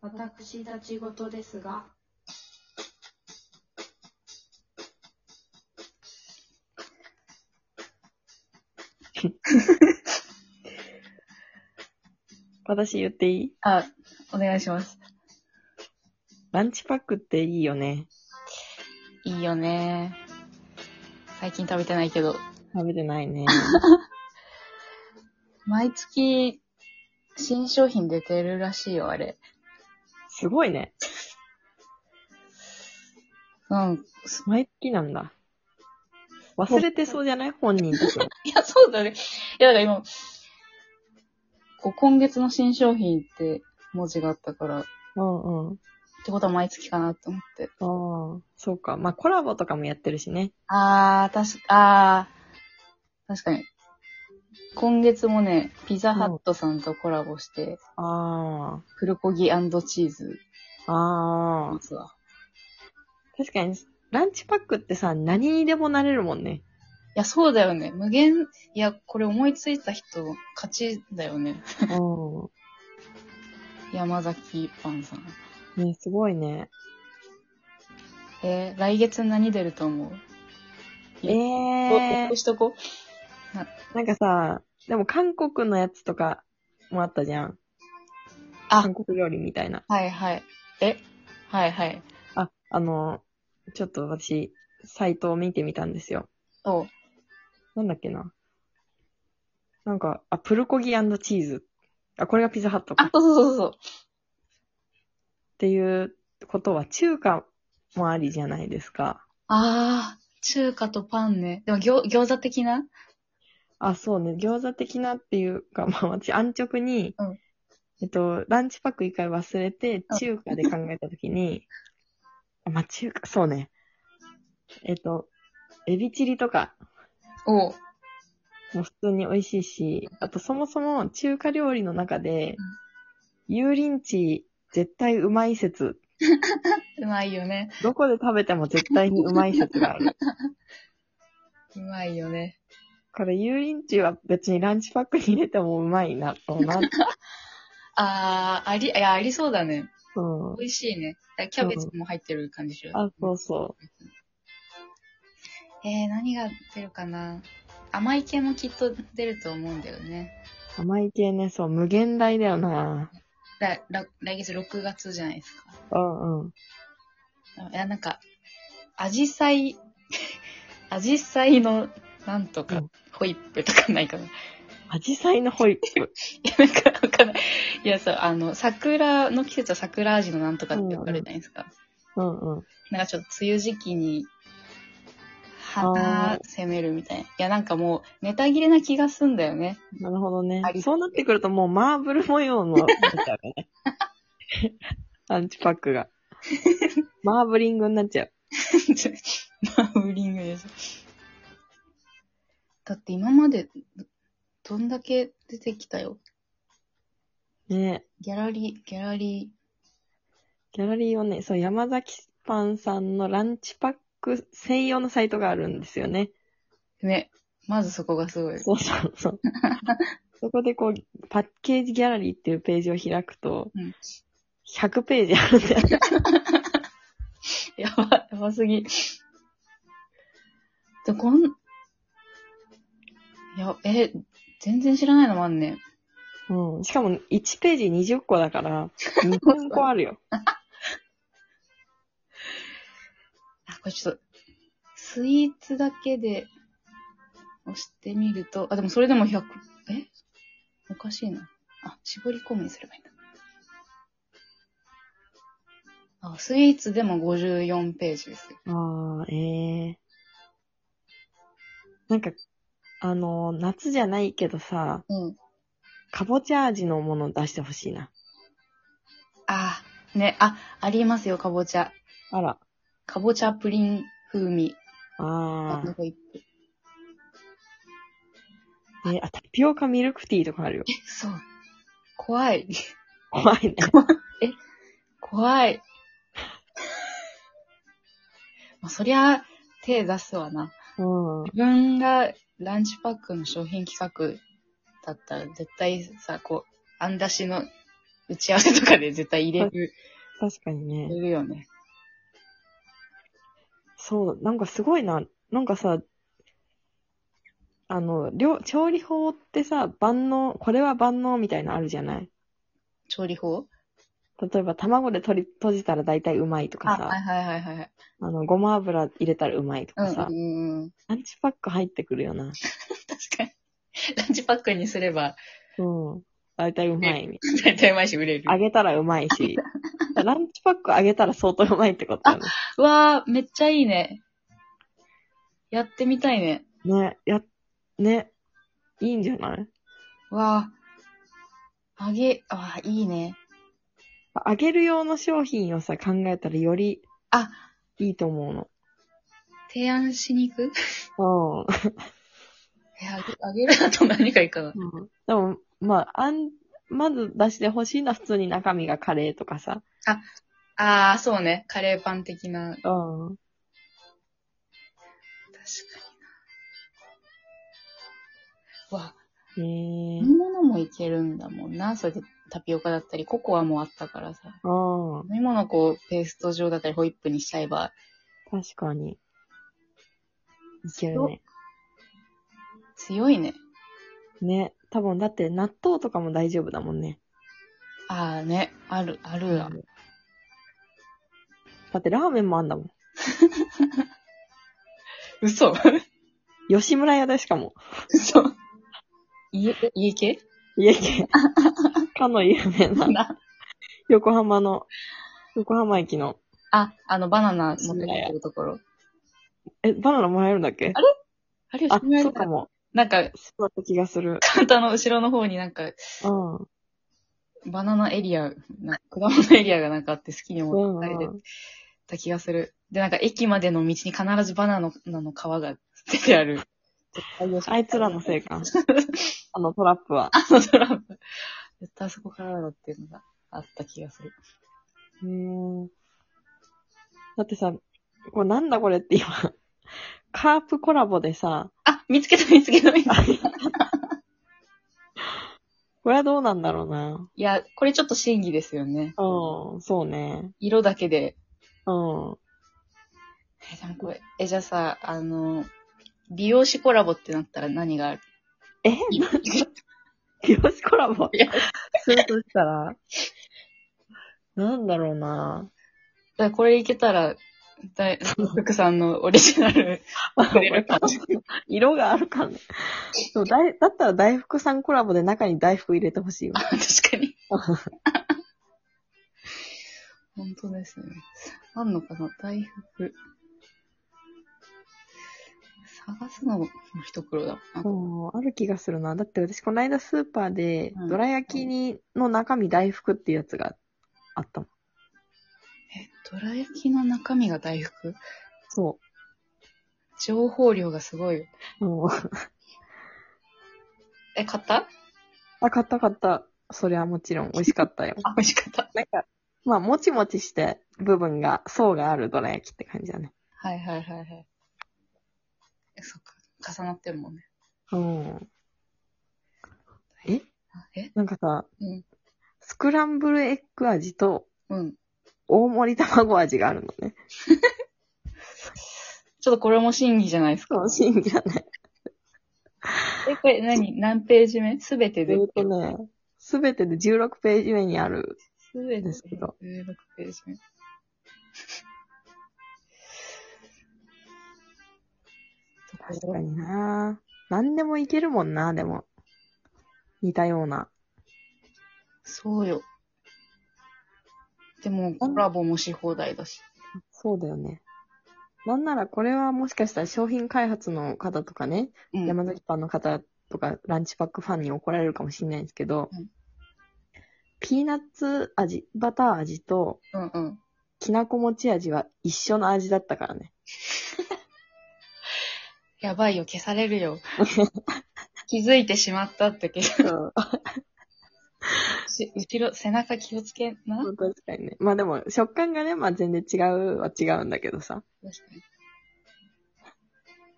私たち事ですが、私言っていいあ、お願いします。ランチパックっていいよね。いいよね。最近食べてないけど。食べてないね。毎月、新商品出てるらしいよ、あれ。すごいね。うん。 毎月なんだ。忘れてそうじゃない本人たちは。いや、そうだね。いや、だから今、こう今月の新商品って文字があったから、っうんうん。てことは毎月かなと思って。ああ、そうか。まあコラボとかもやってるしね。あー、確か、あー、確かに。今月もね、ピザハットさんとコラボして、あプルコギチーズ、あ、ああ。実は。確かに、ランチパックってさ、何にでもなれるもんね。いや、そうだよね。無限、いや、これ思いついた人、勝ちだよね。う山崎パンさん。ん。ね、すごいね。えー、来月何出ると思うえええー押。しとこう。なんかさ、でも韓国のやつとかもあったじゃん。あ韓国料理みたいな。はいはい。えはいはい。あ、あの、ちょっと私、サイトを見てみたんですよ。おう。なんだっけな。なんか、あ、プルコギチーズ。あ、これがピザハットか。あっ、そうそうそうそう。ていうことは、中華もありじゃないですか。あー、中華とパンね。でも、餃餃子的なあ、そうね。餃子的なっていうか、まあ私、安直に、うんえっと、ランチパック一回忘れて、中華で考えたときに、あ、まあ中華、そうね。えっと、エビチリとか、おう。もう普通に美味しいし、あとそもそも中華料理の中で、油淋鶏絶対うまい説、うまいよね。どこで食べても絶対にうまい説がある。うまいよね。これ油淋鶏は別にランチパックに入れてもうまいな、とな。あー、あり、いや、ありそうだね。うん。美味しいね。キャベツも入ってる感じする。あ、そうそえー、何が出るかな甘い系もきっと出ると思うんだよね。う。甘い系ね、そう、無限大だよな。だら来月6月じゃないですうんうん。か。いや、なんか、アジサイ、 アジサイのなんとうかん、ホイップとかないかな。いアジサイのホイップ。や、なんかわかんない。いや、そう、あの、桜の季節は桜味のなんとかってあるじゃないですか。うんうん。なんかちょっと梅雨時期に、あ花ー攻めるみたいな。いや、なんかもう、ネタ切れな気がすんだよね。 なるほどねあ。りそうなってくるともうマーブル模様の、みたいなね。ランチパックが。マーブリングになっちゃう。マウリングです。だって今まで、どどんだけ出てきたよ。ねギャラリー、ギャラリギャラリーをね、そう、山崎パンさんのランチパック専用のサイトがあるんですよね。ー。ね。まずそこがすごい。そうそう そう。そこでこう、パッケージギャラリーっていうページを開くと、うん100ページあるんだよね。やば、やばすぎ。で、こん、いや、え、全然知らないのもあんね。うん。しかも1ページ20個だから、2000個あるよ。あ、これちょっと、スイーツだけで押してみると、あ、でもそれでも100、えおかしいな。あ、絞り込むにすればいいんだ。あ、スイーツでも54ページです。 ああ、ええなんか、あのー夏じゃないけどさ、うん。かぼちゃ味のものを出してほしいな。あ、ね、あ、ありますよ、かぼちゃ。あら。かぼちゃプリン風味。あなんかいっぱいあ。えーあ、タピオカミルクティーとかあるよ。そう。怖い。 怖いね。怖い。 まあ、そりゃ、手出すわな。 うん。自分がランチパックの商品企画だったら絶対さ、こう、あん出しの打ち合わせとかで絶対入れ る、確かにね。入れるよね。そう、なんかすごいな。なんかさ、あの、料調理法ってさ、万能、これは万能みたいなのあるじゃない調理法例えば、卵で取り、閉じたら大体うまいとかあ、さ、はいはいはいはい。あの、ごま油入れたらうまいとうかさ、んうんうん。ランチパック入ってくるよな。確かに。 ランチパックにすれば、うん。大体うまいみた大い体うまいし売れるな。。揚げたらうまい し、ランチパック揚げたら相当うまいってことだよね。うわー、めっちゃいいね。やってみたいね。ね、や、ね、いいんじゃないわあ、揚げ、ああ、いいね。揚げる用の商品をさ、考えたらより、あ、いいと思うの。提案しに行くうん。え、揚げ、揚げるだと何がいいかな。でも、まあ、あん、まず出してほしいのは普通に中身がカレーとかさ。ああ、そうね。カレーパン的な。確かうん。にな。わあ、へえ飲み物もいけるんだもんな。それでタピオカだったり、ココアもあったからさ。うん。飲み物こう、ペースト状だったり、ホイップにしちゃえば、確かに。いけるね。強いね。ね。多分、だって納豆とかも大丈夫だもんね。ああね、ある、あるわ。だってラーメンもあんだもん。嘘吉村屋でしかも。嘘。家、家系家 系。かの有名な。横浜の、横浜駅の。あ、あの、バナナ持って帰ってるところ。え、バナナもらえるんだっけああれ、あ、吉村 そ屋うかも。なんか、そうだった気がする。カウンターの後ろの方になんか、うん。うバナナエリア、なんか果物エリアがなんかあって好きに持んっうて帰っん。た気がする。で、なんか駅までの道に必ずバナナの皮が出てある。あいつらのせい か。あのトラップは。あのトランプ。絶対あそこからだろうっていうのがあった気がする。へーだってさ、これなんだこれって今、カープコラボでさ、あ、見つけた見つけた見つけた。いこれはどうなんだろうな。や、これちょっと真議ですよね。うん、そうね。色だけで。うん。え、でもこれ、え、じゃあさ、あの、美容師コラボってなったら何があるえ美容師コラボいやするとしたら、なんだろうな。だからこれいけたら、だい、福さんのオリジナル、くれるかもしれない 色があるかね。そうだいだったら大福さんコラボで中に大福入れてほしいわ。確かに。本当ですね。あんのかな大福。探すのも一苦労だもんな。そう、ある気がするな。だって私、この間スーパーでうん、どら焼きに、の中身大福っていうやつがあったもん。え、どら焼きの中身が大福そ情報量がすごいよ。う。うん、 え、買ったあ、買った買った。そりゃもちろん美味しかったよ。あ、美味しかった。 なんか、まあ、もちもちして部分が、層があるどら焼きって感じだね。はいはいはいはい。え、そっか。重なってるもんね。うん。あえなんかさ、うんスクランブルエッグ味とうん。大盛り卵味があるのね。ちょっとこれも真議じゃないですか。そう、真じゃない。え、これ何何ページ目すべてえで。っとね、すべてで16ページ目にある。すべてですけど。 16ページ目。確かにな何でもいけるもんな、でも。似たような。そうよ。でも、コラボもし放題だし。そうだよね。なんならこれはもしかしたら商品開発の方とかね、うん。山崎パンの方とかランチパックファンに怒られるかもしれないんですけど、うんピーナッツ味、バター味とうんうん。きなこ餅味は一緒の味だったからね。やばいよ、消される よ。気づいてしまったって消さし後ろ、背中気をつけな。 確かにね。まあでも食感がね、まあ全然違うは違うんだけどさ。確かに。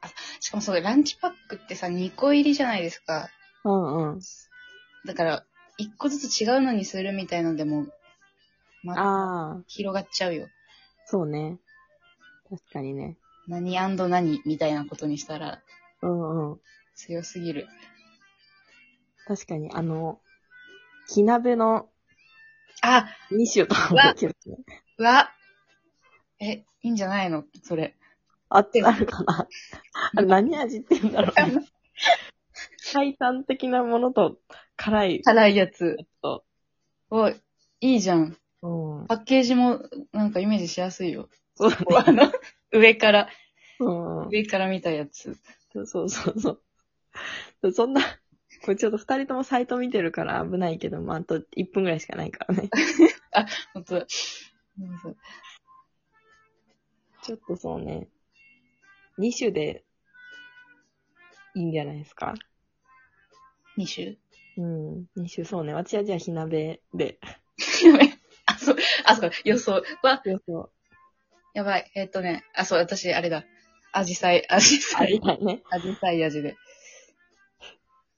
あ、しかもそうだ、ランチパックってさ、2個入りじゃないですか。うんうん。だから、一個ずつ違うのにするみたいのでも、ま、ああ、広がっちゃうよ。そうね。確かにね。何何みたいなことにしたらうんうん。強すぎる。確かに、あの、火鍋のあ、 2種とかもできるね。うわえ、いいんじゃないのそれ。あってなるかな。あれ何味って言うんだろう、ね。最短的なものと辛い辛いやつ。と。おい、いいじゃん。うん。パッケージも、なんかイメージしやすいよ。そうあの、上から、うん。上から見たやつ。そうそうそう。そんな、これちょっと二人ともサイト見てるから危ないけど、まあ、あと1分ぐらいしかないからね。本当だ。そうそうちょっとそうね。2種で、いいんじゃないですか。二種うん。2種、そうね。私はじゃあ火鍋で。あ、そう、あ、そう、予想。わ、予 想。やばい。えっとね、あ、そう、私、あれだ。アジサイ、アジあサれイ、だね。アジサイ味で。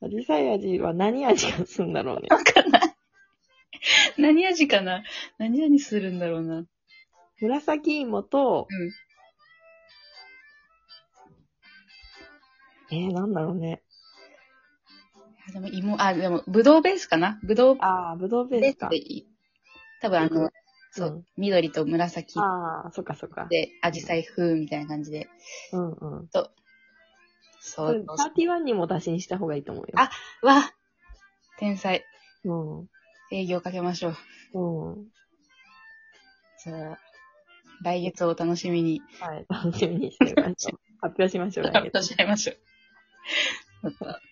アジサイ味は何味がするんだろうね。何味かな何々するんだろうな。紫芋と、えー、なんだろうね。あでも芋、あ、でも、ぶどうベースかなぶどうあー、ぶどうベベーーススかで。いい。多分あうのん、そうう、緑と紫あー、そっかそっか。で、アジサイ風みたいな感じで。うんうん。そこれう、そ31にも打診した方がいいと思うよ。あうわ天才。うん。営業かけましょう。うん。じゃあ、来月をお楽しみに。 はい、楽しみにしてましょう。発表しましょう、発来月。表しちゃいましょう。また